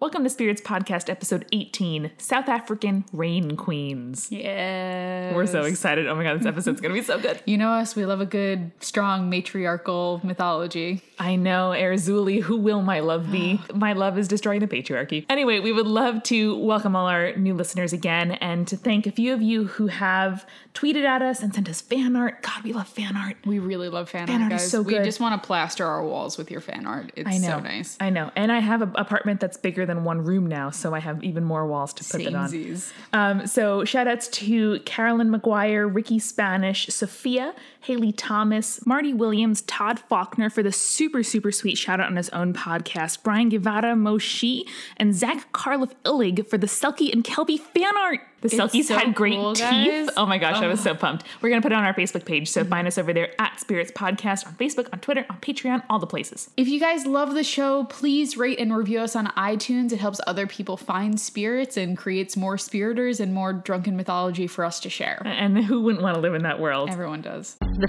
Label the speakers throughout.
Speaker 1: Welcome to Spirits Podcast, episode 18 South African Rain Queens.
Speaker 2: Yeah.
Speaker 1: We're so excited. Oh my God, this episode's going to be so good.
Speaker 2: You know us, we love a good, strong matriarchal mythology.
Speaker 1: I know, Erzuli, who will my love be? my love is destroying the patriarchy. Anyway, we would love to welcome all our new listeners again and to thank a few of you who have tweeted at us and sent us fan art. God, we love fan art.
Speaker 2: We really love fan,
Speaker 1: Fan
Speaker 2: art,
Speaker 1: art is
Speaker 2: guys.
Speaker 1: so
Speaker 2: We
Speaker 1: good.
Speaker 2: just want to plaster our walls with your fan art. It's
Speaker 1: I know.
Speaker 2: so nice.
Speaker 1: I know. And I have an apartment that's bigger than one room now, so I have even more walls to put that on.
Speaker 2: Samesies.
Speaker 1: Um, so shout outs to Carolyn McGuire, Ricky Spanish, Sophia, Haley Thomas, Marty Williams, Todd Faulkner for the super, super sweet shout out on his own podcast, Brian Guevara Moshi, and Zach Karloff Illig for the Selkie and Kelby fan art. The Selkies
Speaker 2: so
Speaker 1: had great
Speaker 2: cool, guys. Mm-hmm.
Speaker 1: teeth. Oh my gosh, I was so pumped. We're going to put it on our Facebook page. So find us over there at Spirits Podcast on Facebook, on Twitter, on Patreon, all the places.
Speaker 2: If you guys love the show, please rate and review us on iTunes. It helps other people find spirits and creates more spiriters and more drunken mythology for us to share.
Speaker 1: And who wouldn't want to live in that world?
Speaker 2: Everyone does.
Speaker 3: The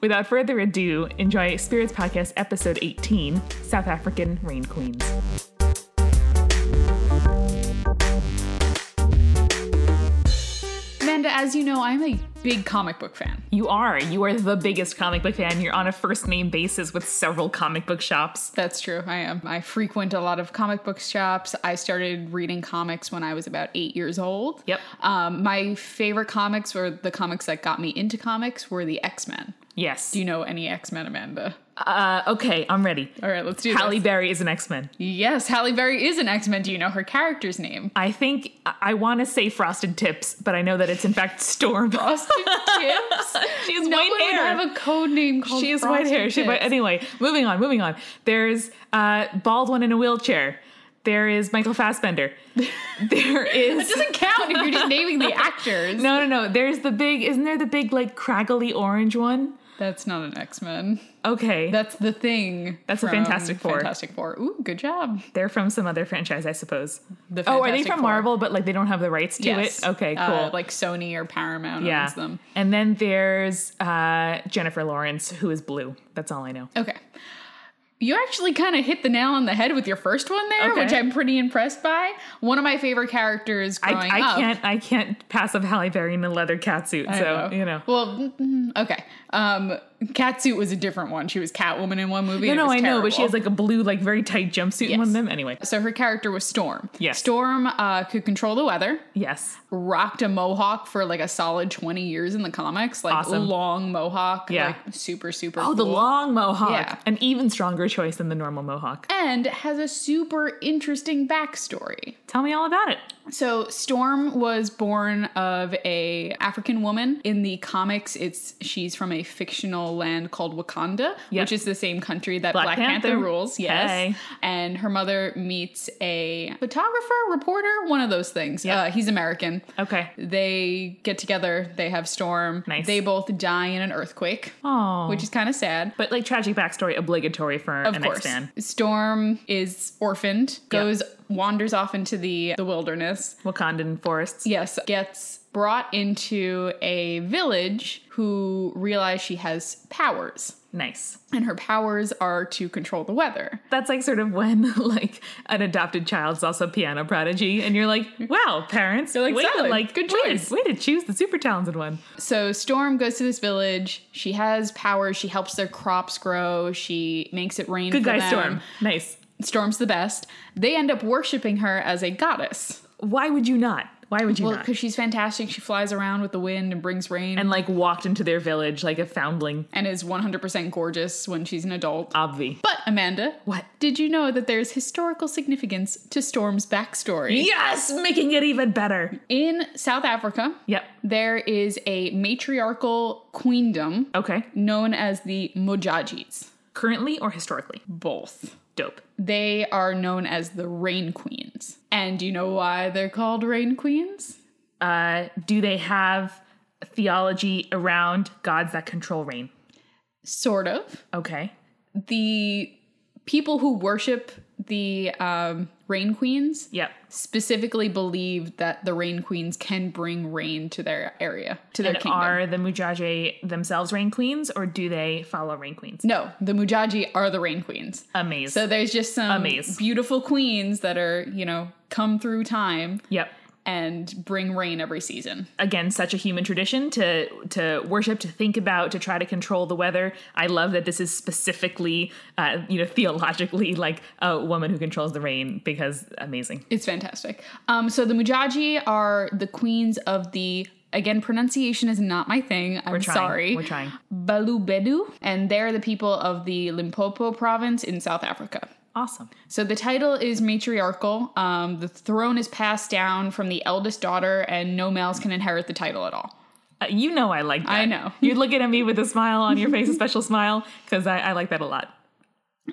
Speaker 1: Without further ado, enjoy Spirits Podcast episode 18 South African Rain Queens.
Speaker 2: Amanda, as you know, I'm a big comic book fan.
Speaker 1: You are. You are the biggest comic book fan. You're on a first name basis with several comic book shops.
Speaker 2: That's true. I am. I frequent a lot of comic book shops. I started reading comics when I was about eight years old.
Speaker 1: Yep.
Speaker 2: Um, my favorite comics were the comics that got me into comics were the X Men.
Speaker 1: Yes.
Speaker 2: Do you know any X Men, Amanda?
Speaker 1: uh, okay, I'm ready.
Speaker 2: All right, let's do
Speaker 1: Halle
Speaker 2: this.
Speaker 1: Berry is an X Men.
Speaker 2: Yes, Halle Berry is an X Men. Do you know her character's name?
Speaker 1: I think I, I want to say Frosted Tips, but I know that it's in fact Storm.
Speaker 2: Austin Tibbs.
Speaker 1: She has
Speaker 2: no
Speaker 1: white
Speaker 2: one
Speaker 1: hair.
Speaker 2: would have a code name called.
Speaker 1: she has white hair. She has white.
Speaker 2: Frosted Tibbs.
Speaker 1: Anyway, moving on, moving on. There's uh, bald one in a wheelchair. There is Michael Fassbender. There
Speaker 2: It
Speaker 1: is.
Speaker 2: doesn't count if you're just naming the actors.
Speaker 1: No, no, no. There's the big, isn't there the big, like, craggly orange one?
Speaker 2: that's not an X Men.
Speaker 1: Okay.
Speaker 2: That's the thing.
Speaker 1: That's a
Speaker 2: from
Speaker 1: Fantastic Four.
Speaker 2: Fantastic Four. Ooh, good job.
Speaker 1: They're from some other franchise, I suppose.
Speaker 2: The
Speaker 1: Oh, are they
Speaker 2: Fantastic
Speaker 1: from
Speaker 2: Four.
Speaker 1: Marvel, but, like, they don't have the rights to
Speaker 2: Yes.
Speaker 1: it? Okay, cool.
Speaker 2: Uh, like Sony or Paramount
Speaker 1: yeah.
Speaker 2: owns them.
Speaker 1: And then there's uh, Jennifer Lawrence, who is blue. That's all I know.
Speaker 2: Okay. You actually kind of hit the nail on the head with your first one there,
Speaker 1: Okay.
Speaker 2: which I'm pretty impressed by. One of my favorite characters
Speaker 1: I,
Speaker 2: growing
Speaker 1: I
Speaker 2: up.
Speaker 1: can't I can't pass up Halle Berry in a leather catsuit,
Speaker 2: I
Speaker 1: so you know.
Speaker 2: Well, mm, mm, okay. Um, Catsuit was a different one. She was Catwoman in one movie.
Speaker 1: No,
Speaker 2: and it
Speaker 1: no,
Speaker 2: was
Speaker 1: I know, but she
Speaker 2: terrible.
Speaker 1: has like a blue, like very tight jumpsuit in one of
Speaker 2: Yes.
Speaker 1: them. Anyway,
Speaker 2: So her character was Storm.
Speaker 1: Yes.
Speaker 2: Storm uh, could control the weather.
Speaker 1: yes,
Speaker 2: rocked a mohawk for like a solid 20 years in the comics like
Speaker 1: Awesome.
Speaker 2: long mohawk
Speaker 1: Yeah.
Speaker 2: like super super
Speaker 1: Oh, the
Speaker 2: cool.
Speaker 1: long mohawk.
Speaker 2: Yeah.
Speaker 1: An even stronger choice than the normal mohawk.
Speaker 2: and has a super interesting backstory
Speaker 1: Tell me all about it.
Speaker 2: so storm was born of a african woman in the comics it's she's from a fictional land called wakanda
Speaker 1: Yep.
Speaker 2: which is the same country that
Speaker 1: Black
Speaker 2: black, panther.
Speaker 1: Panther.
Speaker 2: rules yes
Speaker 1: Hey.
Speaker 2: and her mother meets a photographer reporter one of those things
Speaker 1: Yep.
Speaker 2: uh, he's american
Speaker 1: Okay.
Speaker 2: They get together, they have Storm.
Speaker 1: Nice.
Speaker 2: They both die in an earthquake,
Speaker 1: Oh,
Speaker 2: which is kind of sad. But
Speaker 1: but like tragic backstory obligatory for
Speaker 2: of
Speaker 1: an
Speaker 2: course,
Speaker 1: X-Man.
Speaker 2: Storm is orphaned, goes wanders off into the the wilderness.
Speaker 1: Wakandan forests.
Speaker 2: Yes, gets brought into a village who realize she has powers.
Speaker 1: Nice.
Speaker 2: And her powers are to control the weather.
Speaker 1: That's like sort of when like an adopted child is also a piano prodigy, and you're like, wow, parents, you're
Speaker 2: like,
Speaker 1: way to
Speaker 2: solid.
Speaker 1: like
Speaker 2: Good
Speaker 1: way to-
Speaker 2: choice.
Speaker 1: way to choose the super talented one.
Speaker 2: So Storm goes to this village. She has powers. She helps their crops grow. She makes it rain.
Speaker 1: Good
Speaker 2: for
Speaker 1: guy,
Speaker 2: them.
Speaker 1: Storm. Nice.
Speaker 2: Storm's the best. They end up worshiping her as a goddess.
Speaker 1: Why would you not? Why would you
Speaker 2: Well,
Speaker 1: not?
Speaker 2: because she's fantastic. She flies around with the wind and brings rain
Speaker 1: And like walked into their village like a foundling.
Speaker 2: and is 100% gorgeous when she's an adult.
Speaker 1: Obvi.
Speaker 2: But Amanda,
Speaker 1: What?
Speaker 2: Did you know that there's historical significance to Storm's backstory?
Speaker 1: Yes, making it even better.
Speaker 2: In South Africa,
Speaker 1: Yep.
Speaker 2: there is a matriarchal queendom
Speaker 1: Okay.
Speaker 2: known as the Mojajis.
Speaker 1: Currently or historically?
Speaker 2: Both.
Speaker 1: Dope.
Speaker 2: They are known as the Rain Queens. And do you know why they're called Rain Queens?
Speaker 1: Uh, do they have theology around gods that control rain?
Speaker 2: Sort of.
Speaker 1: Okay.
Speaker 2: The people who worship the um, Rain Queens
Speaker 1: Yep.
Speaker 2: specifically believe that the Rain Queens can bring rain to their area, to their
Speaker 1: And
Speaker 2: kingdom.
Speaker 1: are the Mujaje themselves rain queens or do they follow rain queens?
Speaker 2: No, the Mujaji are the rain queens.
Speaker 1: Amazing.
Speaker 2: So there's just some
Speaker 1: Amaze.
Speaker 2: beautiful queens that are, you know, come through time
Speaker 1: yep.
Speaker 2: and bring rain every season.
Speaker 1: Again, such a human tradition to to worship, to think about, to try to control the weather. I love that this is specifically, uh, you know, theologically like a woman who controls the rain because amazing.
Speaker 2: It's fantastic. Um, so the Mujaji are the queens of the again pronunciation is not my thing. I'm
Speaker 1: We're trying.
Speaker 2: sorry.
Speaker 1: We're trying.
Speaker 2: Balubedu, and they're the people of the Limpopo province in South Africa.
Speaker 1: Awesome.
Speaker 2: So the title is matriarchal. Um, the throne is passed down from the eldest daughter, and no males can inherit the title at all.
Speaker 1: Uh, you know I like that.
Speaker 2: I know.
Speaker 1: You're looking at me with a smile on your face, a special smile, because I, I like that a lot.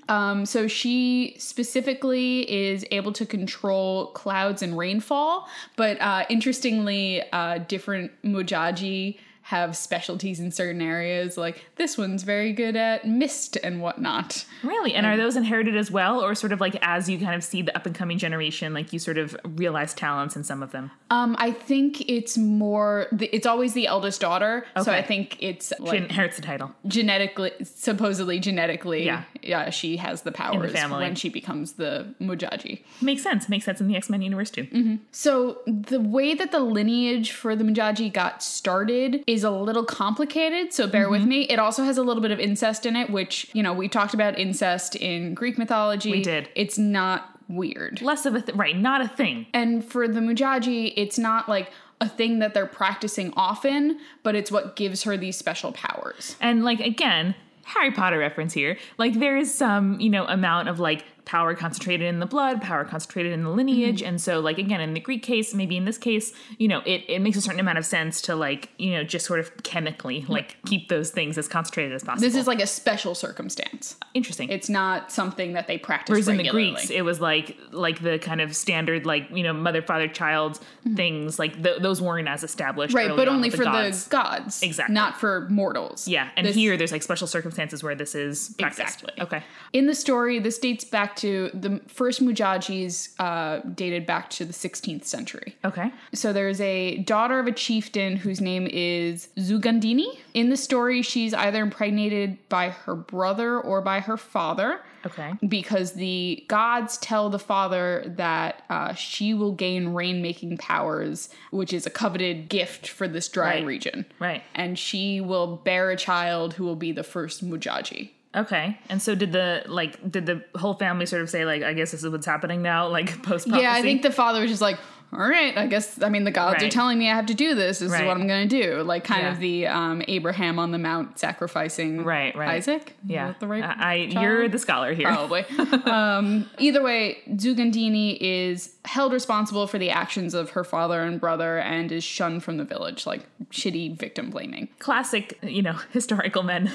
Speaker 2: Um, so she specifically is able to control clouds and rainfall, but uh, interestingly, uh, different Mujaji have specialties in certain areas. Like this one's very good at mist and whatnot.
Speaker 1: Really? And are those inherited as well, or sort of like as you kind of see the up and coming generation, like you sort of realize talents in some of them?
Speaker 2: Um, I think it's more. The, it's always the eldest daughter, so
Speaker 1: Okay.
Speaker 2: I think it's
Speaker 1: She
Speaker 2: like
Speaker 1: inherits the title.
Speaker 2: genetically, supposedly genetically.
Speaker 1: Yeah.
Speaker 2: yeah, she has the powers
Speaker 1: family.
Speaker 2: when she becomes the Mujaji.
Speaker 1: Makes sense. Makes sense in the X Men universe too.
Speaker 2: So, the way that the lineage for the Mujaji got started is a little complicated, so bear
Speaker 1: Mm-hmm.
Speaker 2: with me. It also has a little bit of incest in it, which, you know, we talked about incest in Greek mythology.
Speaker 1: We did.
Speaker 2: It's not weird.
Speaker 1: Less of a th- right, not a thing.
Speaker 2: And for the Mujaji, it's not like a thing that they're practicing often, but it's what gives her these special powers.
Speaker 1: And like again, Harry Potter reference here. Like there is some, you know, amount of like power concentrated in the blood, power concentrated in the lineage.
Speaker 2: Mm-hmm.
Speaker 1: And so like again, in the Greek case, maybe in this case, you know, it, it makes a certain amount of sense to like, you know, just sort of chemically like keep those things as concentrated as possible.
Speaker 2: This is like a special circumstance.
Speaker 1: interesting.
Speaker 2: It's not something that they practice
Speaker 1: Whereas in the
Speaker 2: regularly.
Speaker 1: Greeks, it was like like the kind of standard like, you know, mother, father, child things, like th- those weren't as established.
Speaker 2: Mm-hmm. right,
Speaker 1: early
Speaker 2: but
Speaker 1: on
Speaker 2: only
Speaker 1: with
Speaker 2: for
Speaker 1: gods.
Speaker 2: the gods.
Speaker 1: Exactly.
Speaker 2: Not for mortals.
Speaker 1: Yeah, and
Speaker 2: This-
Speaker 1: here there's like special circumstances where this is practiced.
Speaker 2: Exactly.
Speaker 1: Okay.
Speaker 2: In the story, this dates back to the first Mujajis, uh, dated back to the 16th century.
Speaker 1: Okay.
Speaker 2: So there's a daughter of a chieftain whose name is Zugandini. In the story, she's either impregnated by her brother or by her father
Speaker 1: Okay.
Speaker 2: because the gods tell the father that uh, she will gain rain making powers, which is a coveted gift for this dry
Speaker 1: Right.
Speaker 2: region.
Speaker 1: Right.
Speaker 2: And she will bear a child who will be the first Mujaji.
Speaker 1: Okay. And so did the like did the whole family sort of say like I guess this is what's happening now like post prophecy?
Speaker 2: Yeah, I think the father was just like, all right, I guess, I mean, the gods are
Speaker 1: Right.
Speaker 2: telling me I have to do this. This
Speaker 1: Right.
Speaker 2: is what I'm going to do. Like, kind
Speaker 1: Yeah.
Speaker 2: of the um, Abraham on the Mount sacrificing
Speaker 1: Right, right.
Speaker 2: Isaac. Is
Speaker 1: yeah. Uh,
Speaker 2: that the right
Speaker 1: I, I-
Speaker 2: child?
Speaker 1: you're the scholar here.
Speaker 2: Probably. um, either way, Zugandini is held responsible for the actions of her father and brother and is shunned from the village, like shitty victim blaming.
Speaker 1: Classic, you know, historical men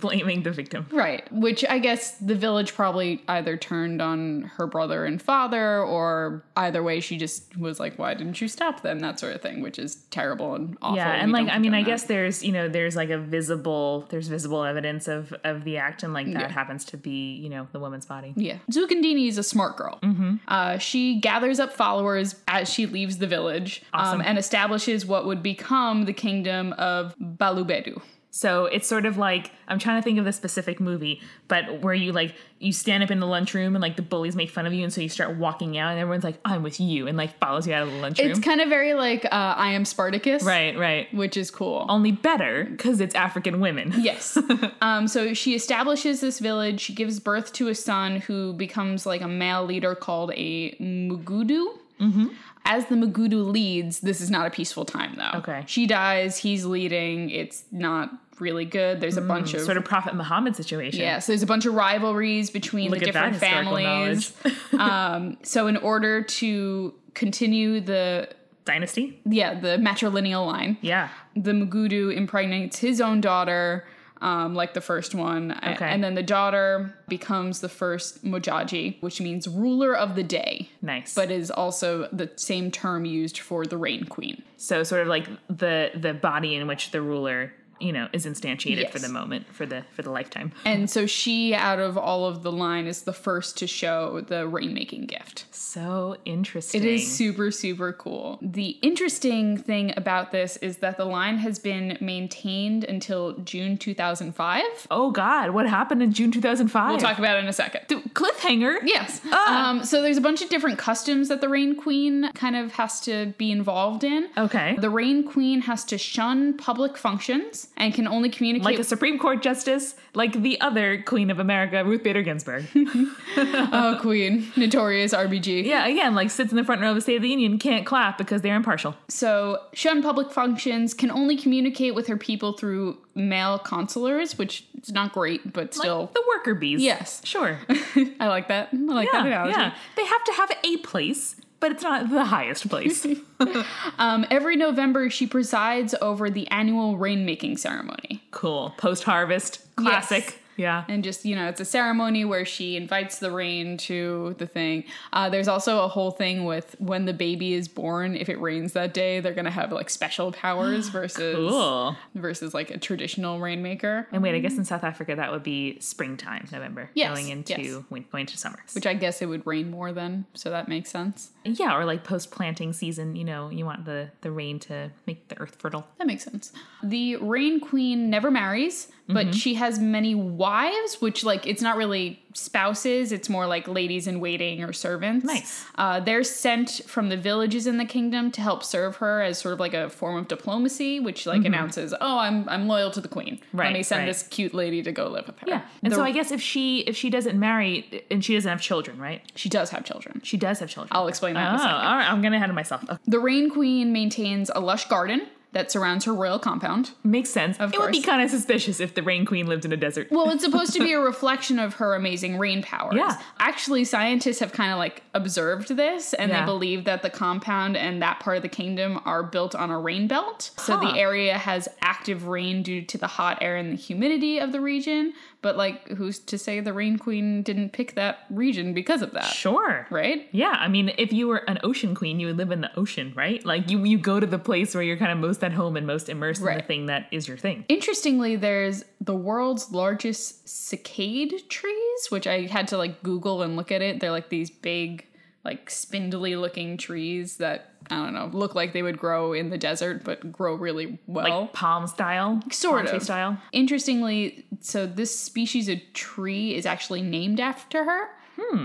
Speaker 1: blaming the victim.
Speaker 2: Right, which I guess the village probably either turned on her brother and father, or either way, she just was like, "Why didn't you stop them?" That sort of thing, which is terrible and awful.
Speaker 1: Yeah,
Speaker 2: We
Speaker 1: and like
Speaker 2: don't
Speaker 1: I mean,
Speaker 2: condone
Speaker 1: I
Speaker 2: that.
Speaker 1: guess there's you know there's like a visible there's visible evidence of of the act, and like that happens to be you know the woman's body.
Speaker 2: yeah, Zukandini is a smart girl. Mm-hmm. Uh, she gathers up followers as she leaves the village um, and establishes what would become the kingdom of Balubedu.
Speaker 1: So it's sort of like I'm trying to think of the specific movie, but where you like you stand up in the lunchroom and like the bullies make fun of you, and so you start walking out, and everyone's like, "I'm with you," and like follows you out of the lunchroom.
Speaker 2: It's kind of very like uh, I Am Spartacus,
Speaker 1: right, right.
Speaker 2: Which is cool.
Speaker 1: Only better because it's African women.
Speaker 2: Oh, Yes. um, so she establishes this village. She gives birth to a son who becomes like a male leader called a Mugudu. As the Mugudu leads, this is not a peaceful time though.
Speaker 1: Okay.
Speaker 2: She dies, he's leading. It's not really good. There's a bunch of
Speaker 1: Sort of Prophet Muhammad situation.
Speaker 2: yeah, so there's a bunch of rivalries between
Speaker 1: Look
Speaker 2: the
Speaker 1: at that
Speaker 2: different
Speaker 1: historical
Speaker 2: families. um, so in order to continue the
Speaker 1: Dynasty.
Speaker 2: yeah, the matrilineal line,
Speaker 1: Yeah.
Speaker 2: the Mugudu impregnates his own daughter, um, like the first one. a-
Speaker 1: Okay.
Speaker 2: And then the daughter becomes the first Mujaji, which means ruler of the day,
Speaker 1: Nice.
Speaker 2: but is also the same term used for the Rain Queen.
Speaker 1: so sort of like the the body in which the ruler you know is instantiated for
Speaker 2: Yes.
Speaker 1: the moment for the for the lifetime
Speaker 2: And so she, out of all of the line, is the first to show the rainmaking gift.
Speaker 1: so interesting
Speaker 2: It is super, super cool. The interesting thing about this is that the line has been maintained until June 2005.
Speaker 1: oh god what happened in june 2005
Speaker 2: We'll talk about it in a second.
Speaker 1: cliffhanger
Speaker 2: Yes.
Speaker 1: Ah.
Speaker 2: Um, so there's a bunch of different customs that the Rain Queen kind of has to be involved in. Uh,
Speaker 1: okay
Speaker 2: The Rain Queen has to shun public functions and can only communicate.
Speaker 1: like a supreme court justice like the other queen of america ruth bader ginsburg
Speaker 2: oh, Queen, notorious RBG.
Speaker 1: yeah again like sits in the front row of the state of the union can't clap because they're impartial
Speaker 2: So shun public functions can only communicate with her people through male consulars, which is not great, but
Speaker 1: Like
Speaker 2: still,
Speaker 1: the worker bees
Speaker 2: Yes.
Speaker 1: sure
Speaker 2: I like that. I like that
Speaker 1: yeah,
Speaker 2: analogy.
Speaker 1: yeah they have to have a place but it's not the highest place
Speaker 2: Um, every November, she presides over the annual rainmaking ceremony.
Speaker 1: cool post harvest classic yeah
Speaker 2: and just you know it's a ceremony where she invites the rain to the thing uh, there's also a whole thing with when the baby is born if it rains that day they're gonna have like special powers versus
Speaker 1: Oh,
Speaker 2: Mm-hmm.
Speaker 1: Cool.
Speaker 2: versus like a traditional rainmaker
Speaker 1: And wait, I guess in South Africa that would be springtime, November,
Speaker 2: Yes,
Speaker 1: going into
Speaker 2: yes.
Speaker 1: win- going into summer.
Speaker 2: which i guess it would rain more then so that makes sense
Speaker 1: yeah, or like post planting season, you know, you want the the rain to make the earth fertile.
Speaker 2: that makes sense the rain queen never marries but
Speaker 1: Mm-hmm.
Speaker 2: she has many wives which like it's not really spouses it's more like ladies in waiting or servants
Speaker 1: Nice.
Speaker 2: Uh, they're sent from the villages in the kingdom to help serve her as sort of like a form of diplomacy, which like announces, "Oh, I'm I'm loyal to the queen.
Speaker 1: Mm-hmm. Right,
Speaker 2: Let me send
Speaker 1: right.
Speaker 2: this cute lady to go live with her."
Speaker 1: Yeah. And
Speaker 2: The-
Speaker 1: so I guess if she if she doesn't marry and she doesn't have children, right?
Speaker 2: she does have children.
Speaker 1: She does have children.
Speaker 2: I'll explain
Speaker 1: Oh,
Speaker 2: that. in
Speaker 1: all
Speaker 2: a second.
Speaker 1: right. I'm getting ahead of myself. Okay.
Speaker 2: The Rain Queen maintains a lush garden that surrounds her royal compound.
Speaker 1: Makes sense.
Speaker 2: Of
Speaker 1: it would be
Speaker 2: course.
Speaker 1: kind of suspicious if the rain queen lived in a desert.
Speaker 2: Well, it's supposed to be a reflection of her amazing rain powers.
Speaker 1: Yeah.
Speaker 2: Actually, scientists have kind of like observed this and
Speaker 1: Yeah.
Speaker 2: they believe that the compound and that part of the kingdom are built on a rain belt. So
Speaker 1: Huh.
Speaker 2: the area has active rain due to the hot air and the humidity of the region. But like, who's to say the rain queen didn't pick that region because of that?
Speaker 1: sure.
Speaker 2: Right?
Speaker 1: Yeah, I mean, if you were an ocean queen, you would live in the ocean, right? Like you, you go to the place where you're kind of most at home and most immersed in the
Speaker 2: Right.
Speaker 1: thing that is your thing.
Speaker 2: Interestingly, there's the world's largest cicade trees, which I had to like Google and look at it. They're like these big, like spindly looking trees that I don't know, look like they would grow in the desert, but grow really well.
Speaker 1: like palm style,
Speaker 2: sort
Speaker 1: palm tree
Speaker 2: of.
Speaker 1: style.
Speaker 2: Interestingly, so this species of tree is actually named after her.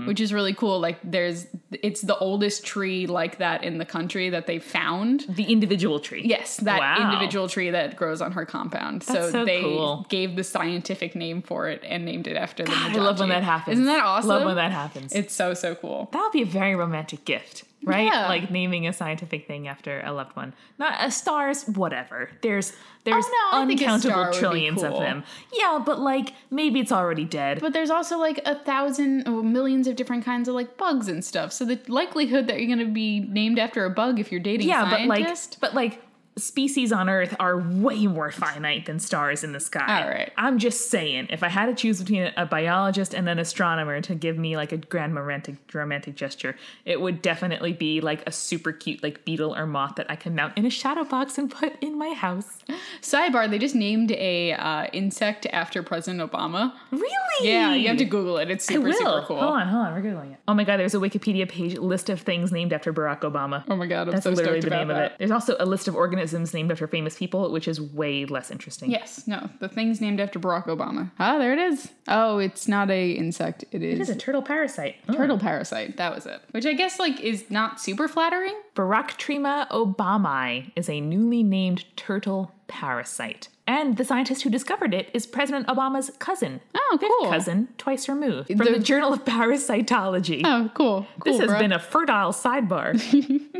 Speaker 2: Which is really cool. Like, there's, it's the oldest tree like that in the country that they found.
Speaker 1: The individual tree.
Speaker 2: Yes, that
Speaker 1: Wow.
Speaker 2: individual tree that grows on her compound. so,
Speaker 1: so
Speaker 2: they
Speaker 1: cool.
Speaker 2: gave the scientific name for it and named it after the
Speaker 1: I love when
Speaker 2: Mujaji.
Speaker 1: that happens.
Speaker 2: Isn't that awesome?
Speaker 1: Love when that happens.
Speaker 2: It's so so cool.
Speaker 1: that would be a very romantic gift, right?
Speaker 2: Yeah.
Speaker 1: Like naming a scientific thing after a loved one. Not uh, stars, whatever. There's there's
Speaker 2: Oh, no, I think a star
Speaker 1: uncountable
Speaker 2: would be
Speaker 1: trillions of
Speaker 2: cool.
Speaker 1: them. Yeah, but like maybe it's already dead.
Speaker 2: But there's also like a thousand or millions of different kinds of like bugs and stuff. So the likelihood that you're going to be named after a bug if you're dating a
Speaker 1: yeah,
Speaker 2: scientist.
Speaker 1: but like but like species on Earth are way more finite than stars in the sky.
Speaker 2: All right.
Speaker 1: I'm just saying, if I had to choose between a biologist and an astronomer to give me like a grand romantic romantic gesture, it would definitely be like a super cute like beetle or moth that I can mount in a shadow box and put in my house.
Speaker 2: Sidebar: They just named a uh, insect after President Obama.
Speaker 1: Really?
Speaker 2: Yeah, you have to Google it. It's
Speaker 1: I
Speaker 2: super
Speaker 1: will.
Speaker 2: super cool.
Speaker 1: Hold on, hold on. We're googling it. Oh my god, there's a Wikipedia page list of things named after Barack Obama.
Speaker 2: Oh my god, I'm
Speaker 1: That's
Speaker 2: so
Speaker 1: literally
Speaker 2: stoked
Speaker 1: the
Speaker 2: about
Speaker 1: name
Speaker 2: that.
Speaker 1: of it. There's also a list of organisms organisms named after famous people, which is way less interesting.
Speaker 2: Yes, no, the thing's named after Barack Obama. Ah, there it is. Oh, it's not a insect. It is,
Speaker 1: It is a turtle parasite. Oh.
Speaker 2: turtle parasite. That was it. Which I guess like is not super flattering.
Speaker 1: Baractrima obamae is a newly named turtle parasite. And the scientist who discovered it is President Obama's cousin.
Speaker 2: Oh,
Speaker 1: Fifth
Speaker 2: cool.
Speaker 1: cousin, twice removed. From the,
Speaker 2: The-
Speaker 1: Journal of Parasitology.
Speaker 2: Oh, cool. cool
Speaker 1: this has
Speaker 2: bro.
Speaker 1: been a fertile sidebar.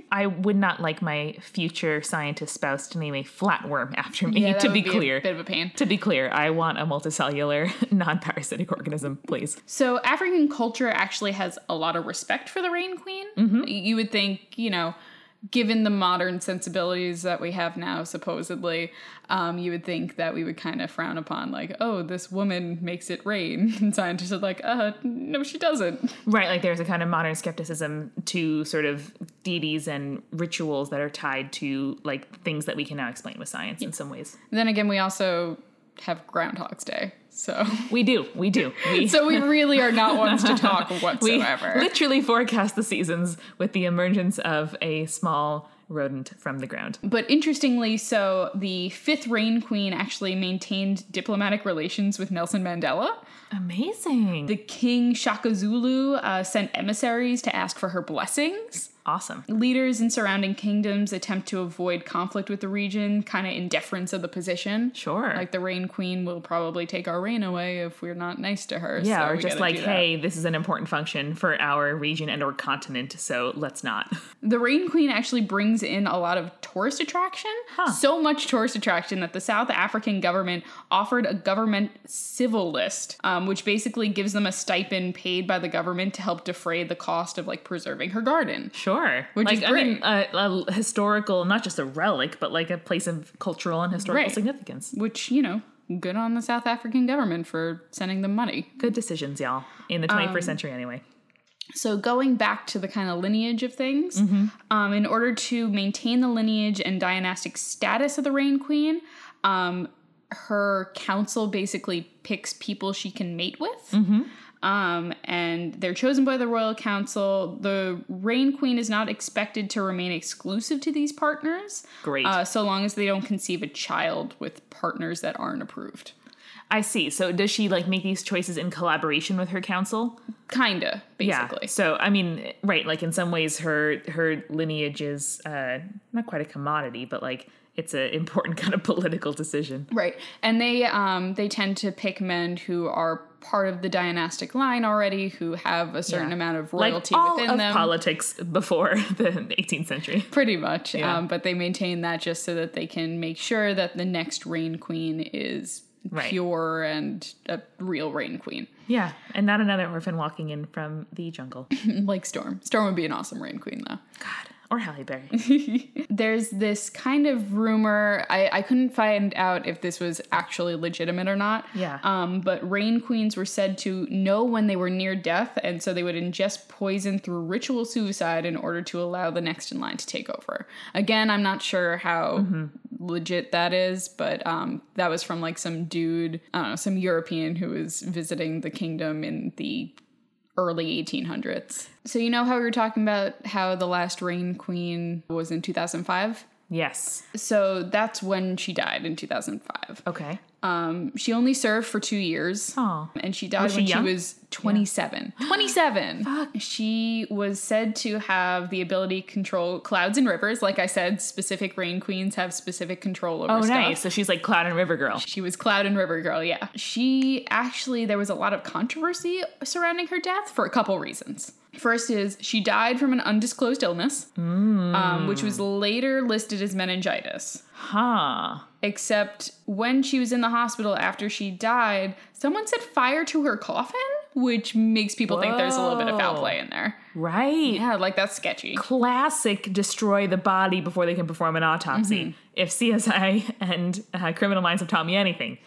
Speaker 1: I would not like my future scientist spouse to name a flatworm after me,
Speaker 2: Yeah, that
Speaker 1: to
Speaker 2: would
Speaker 1: be
Speaker 2: a
Speaker 1: clear.
Speaker 2: bit of a pain.
Speaker 1: to be clear, I want a multicellular, non parasitic organism, please.
Speaker 2: So African culture actually has a lot of respect for the Rain Queen. You would think, you know, given the modern sensibilities that we have now, supposedly, um, you would think that we would kind of frown upon, like, oh, this woman makes it rain. And scientists are like, uh, no, she doesn't.
Speaker 1: Right, like there's a kind of modern skepticism to sort of deities and rituals that are tied to like things that we can now explain with science in some ways.
Speaker 2: Then again, we also have Groundhog's Day, so
Speaker 1: We do, we do. We,
Speaker 2: so we really are not ones to talk
Speaker 1: we
Speaker 2: whatsoever.
Speaker 1: literally forecast the seasons with the emergence of a small rodent from the ground.
Speaker 2: But interestingly, so the fifth Rain Queen actually maintained diplomatic relations with Nelson Mandela.
Speaker 1: Amazing.
Speaker 2: The king Shaka Zulu uh, sent emissaries to ask for her blessings.
Speaker 1: awesome.
Speaker 2: Leaders in surrounding kingdoms attempt to avoid conflict with the region, kind of in deference of the position.
Speaker 1: Sure.
Speaker 2: Like the Rain Queen will probably take our rain away if we're not nice to her.
Speaker 1: yeah,
Speaker 2: so
Speaker 1: or
Speaker 2: we
Speaker 1: just
Speaker 2: gotta
Speaker 1: like,
Speaker 2: do that.
Speaker 1: hey, this is an important function for our region and or continent, so let's not.
Speaker 2: The Rain Queen actually brings in a lot of tourist attraction.
Speaker 1: Huh.
Speaker 2: So much tourist attraction that the South African government offered a government civil list, um, which basically gives them a stipend paid by the government to help defray the cost of like preserving her garden.
Speaker 1: Sure.
Speaker 2: Which
Speaker 1: like,
Speaker 2: is
Speaker 1: I mean, a, a historical, not just a relic, but like a place of cultural and historical
Speaker 2: Right.
Speaker 1: significance.
Speaker 2: Which, you know, good on the South African government for sending them money.
Speaker 1: Good decisions, y'all. In the 21st
Speaker 2: Um,
Speaker 1: century, anyway.
Speaker 2: So, going back to the kind of lineage of things, um, in order to maintain the lineage and dynastic status of the Rain Queen, um, her council basically picks people she can mate with. Um, and they're chosen by the royal council. The Rain Queen is not expected to remain exclusive to these partners.
Speaker 1: Great.
Speaker 2: Uh, so long as they don't conceive a child with partners that aren't approved.
Speaker 1: I see. So does she like make these choices in collaboration with her council?
Speaker 2: Kinda, basically.
Speaker 1: Yeah. So I mean, right? Like in some ways, her her lineage is uh, not quite a commodity, but like it's an important kind of political decision.
Speaker 2: Right, and they um, they tend to pick men who are part of the dynastic line already, who have a certain
Speaker 1: Yeah.
Speaker 2: amount of
Speaker 1: Like
Speaker 2: royalty
Speaker 1: all
Speaker 2: within
Speaker 1: of
Speaker 2: them,
Speaker 1: politics before the 18th century.
Speaker 2: pretty much.
Speaker 1: Yeah.
Speaker 2: Um, but they maintain that just so that they can make sure that the next reign queen is
Speaker 1: Right.
Speaker 2: pure and a real reign queen,
Speaker 1: Yeah, and not another orphan walking in from the jungle.
Speaker 2: like Storm. Storm would be an awesome reign queen, though.
Speaker 1: God, or Halle Berry.
Speaker 2: There's this kind of rumor. I, I couldn't find out if this was actually legitimate or not.
Speaker 1: Yeah.
Speaker 2: Um, but rain queens were said to know when they were near death, and so they would ingest poison through ritual suicide in order to allow the next in line to take over. Again, I'm not sure how legit that is, but um, that was from like some dude, I don't know, some European who was visiting the kingdom in the early 1800s. So you know how we were talking about how the last rain queen was in 2005?
Speaker 1: yes.
Speaker 2: So that's when she died in 2005.
Speaker 1: Okay.
Speaker 2: Um, she only served for two years.
Speaker 1: Oh.
Speaker 2: And she died
Speaker 1: Was she
Speaker 2: when she,
Speaker 1: young?
Speaker 2: was 27. 27! She was said to have the ability to control clouds and rivers. Like I said, specific rain queens have specific control over
Speaker 1: Oh,
Speaker 2: stuff.
Speaker 1: nice. So she's like Cloud and River Girl.
Speaker 2: She was Cloud and River Girl, yeah. She actually, there was a lot of controversy surrounding her death for a couple reasons. First is she died from an undisclosed illness, um, which was later listed as meningitis.
Speaker 1: Huh.
Speaker 2: Except when she was in the hospital after she died, someone set fire to her coffin, which makes people think there's a little bit of foul
Speaker 1: Whoa.
Speaker 2: play in there.
Speaker 1: Right.
Speaker 2: Yeah, like that's sketchy.
Speaker 1: classic destroy the body before they can perform an autopsy. If CSI and uh, Criminal Minds have taught me anything,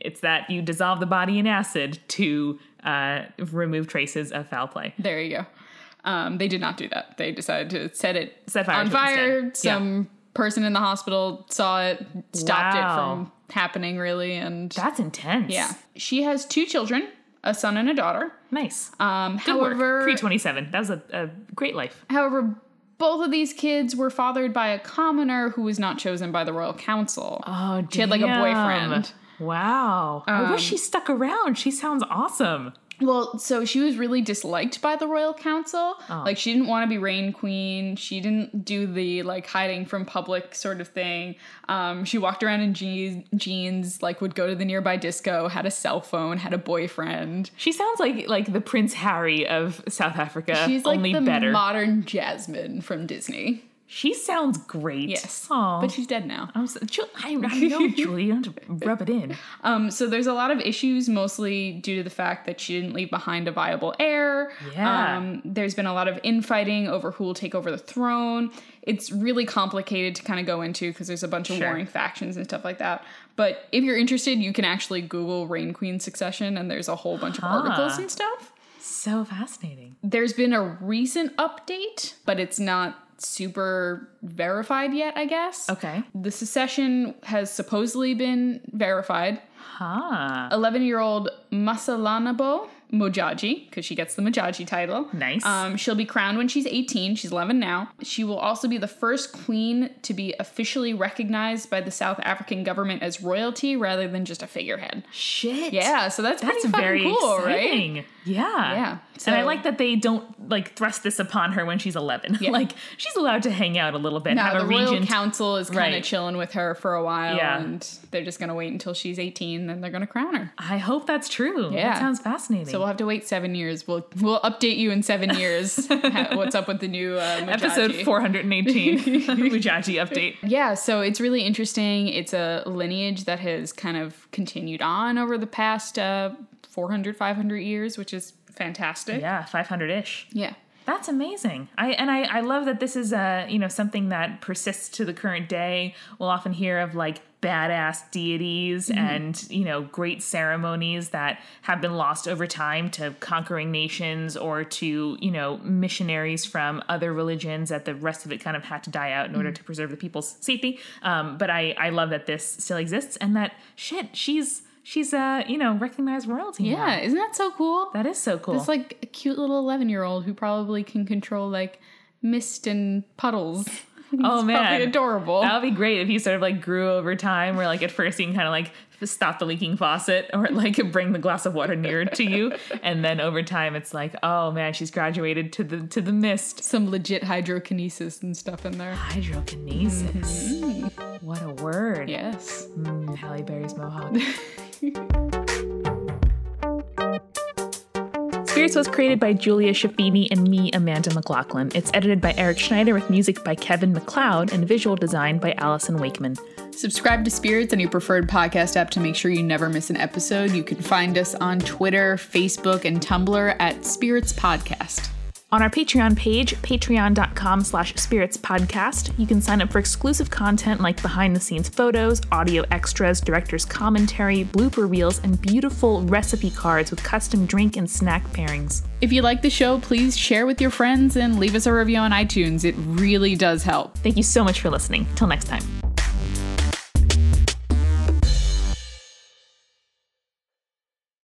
Speaker 1: it's that you dissolve the body in acid to uh, remove traces of foul play.
Speaker 2: There you go. Um, they did not do that. They decided to set it
Speaker 1: Set fire
Speaker 2: on
Speaker 1: to it
Speaker 2: fire.
Speaker 1: instead. Yeah.
Speaker 2: Some person in the hospital saw it, stopped
Speaker 1: Wow.
Speaker 2: it from happening, really. And
Speaker 1: That's intense.
Speaker 2: yeah, she has two children, a son and a daughter.
Speaker 1: Nice.
Speaker 2: Um,
Speaker 1: Good
Speaker 2: however,
Speaker 1: work. Pre 27. That was a, a great life.
Speaker 2: however, Both of these kids were fathered by a commoner who was not chosen by the royal council.
Speaker 1: Oh, damn.
Speaker 2: She had, like, a boyfriend.
Speaker 1: Wow. I
Speaker 2: Um,
Speaker 1: wish she stuck around. She sounds awesome.
Speaker 2: Well, so she was really disliked by the royal council.
Speaker 1: Oh.
Speaker 2: Like she didn't want to be reign queen. She didn't do the like hiding from public sort of thing. Um, she walked around in jeans, jeans, like would go to the nearby disco, had a cell phone, had a boyfriend.
Speaker 1: She sounds like like the Prince Harry of South Africa.
Speaker 2: She's like
Speaker 1: only
Speaker 2: the
Speaker 1: better.
Speaker 2: modern Jasmine from Disney.
Speaker 1: she sounds great.
Speaker 2: Yes.
Speaker 1: Aw.
Speaker 2: But she's dead now.
Speaker 1: I'm so, Ju- I, I know, Julie. You don't have to rub it in.
Speaker 2: Um, so there's a lot of issues, mostly due to the fact that she didn't leave behind a viable heir.
Speaker 1: Yeah.
Speaker 2: Um, there's been a lot of infighting over who will take over the throne. It's really complicated to kind of go into because there's a bunch of
Speaker 1: Sure.
Speaker 2: warring factions and stuff like that. But if you're interested, you can actually Google Reign Queen Succession, and there's a whole bunch of articles
Speaker 1: Huh.
Speaker 2: and stuff.
Speaker 1: So fascinating.
Speaker 2: There's been a recent update, but it's not super verified yet, I guess.
Speaker 1: Okay.
Speaker 2: The secession has supposedly been verified.
Speaker 1: Huh.
Speaker 2: 11 year old Masalanabo Mojaji, because she gets the Mojaji title.
Speaker 1: Nice.
Speaker 2: Um, she'll be crowned when she's 18. She's 11 now. She will also be the first queen to be officially recognized by the South African government as royalty rather than just a figurehead.
Speaker 1: Shit.
Speaker 2: Yeah, so that's,
Speaker 1: That's
Speaker 2: pretty fucking
Speaker 1: very
Speaker 2: cool, right?
Speaker 1: exciting. Yeah.
Speaker 2: Yeah.
Speaker 1: and I
Speaker 2: So-
Speaker 1: like that they don't like thrust this upon her when she's 11.
Speaker 2: Yeah.
Speaker 1: like she's allowed to hang out a little bit,
Speaker 2: Now
Speaker 1: have a
Speaker 2: the royal
Speaker 1: regent.
Speaker 2: council is kind of
Speaker 1: Right.
Speaker 2: chilling with her for a while,
Speaker 1: Yeah.
Speaker 2: and they're just going to wait until she's 18, then they're going to crown her.
Speaker 1: I hope that's true.
Speaker 2: Yeah.
Speaker 1: That sounds fascinating.
Speaker 2: So uh, we'll have to wait seven years. We'll we'll update you in seven years. ha- what's up with the new uh, Mujaji.
Speaker 1: Episode 418 Mujaji update.
Speaker 2: Yeah, so it's really interesting. It's a lineage that has kind of continued on over the past uh, 400, 500 years, which is fantastic.
Speaker 1: Yeah, 500 ish.
Speaker 2: Yeah.
Speaker 1: That's amazing. I and I, I love that this is a you know something that persists to the current day. We'll often hear of like badass deities
Speaker 2: Mm-hmm.
Speaker 1: and you know great ceremonies that have been lost over time to conquering nations or to you know missionaries from other religions that the rest of it kind of had to die out in order
Speaker 2: Mm.
Speaker 1: to preserve the people's safety um, but I, I love that this still exists and that shit she's she's uh you know recognized royalty now.
Speaker 2: Yeah, isn't that so cool?
Speaker 1: that is so cool
Speaker 2: It's like a cute little 11 year old who probably can control like mist and puddles.
Speaker 1: oh man
Speaker 2: Probably adorable.
Speaker 1: That would be great if you sort of like grew over time, where like at first you can kind of like stop the leaking faucet or like bring the glass of water nearer to you, and then over time it's like, oh man, she's graduated to the to the mist.
Speaker 2: Some legit hydrokinesis and stuff in there.
Speaker 1: Hydrokinesis.
Speaker 2: Mm-hmm.
Speaker 1: What a word.
Speaker 2: Yes.
Speaker 1: Mm, Halle Berry's mohawk. Spirits was created by Julia Shafini and me, Amanda McLaughlin. It's edited by Eric Schneider with music by Kevin McLeod and visual design by Allison Wakeman.
Speaker 2: Subscribe to Spirits on your preferred podcast app to make sure you never miss an episode. You can find us on Twitter, Facebook, and Tumblr at Spirits Podcast.
Speaker 1: On our Patreon page, patreon.com slash spiritspodcast, you can sign up for exclusive content like behind-the-scenes photos, audio extras, director's commentary, blooper reels, and beautiful recipe cards with custom drink and snack pairings.
Speaker 2: If you like the show, please share with your friends and leave us a review on iTunes. It really does help.
Speaker 1: Thank you so much for listening. Till next time.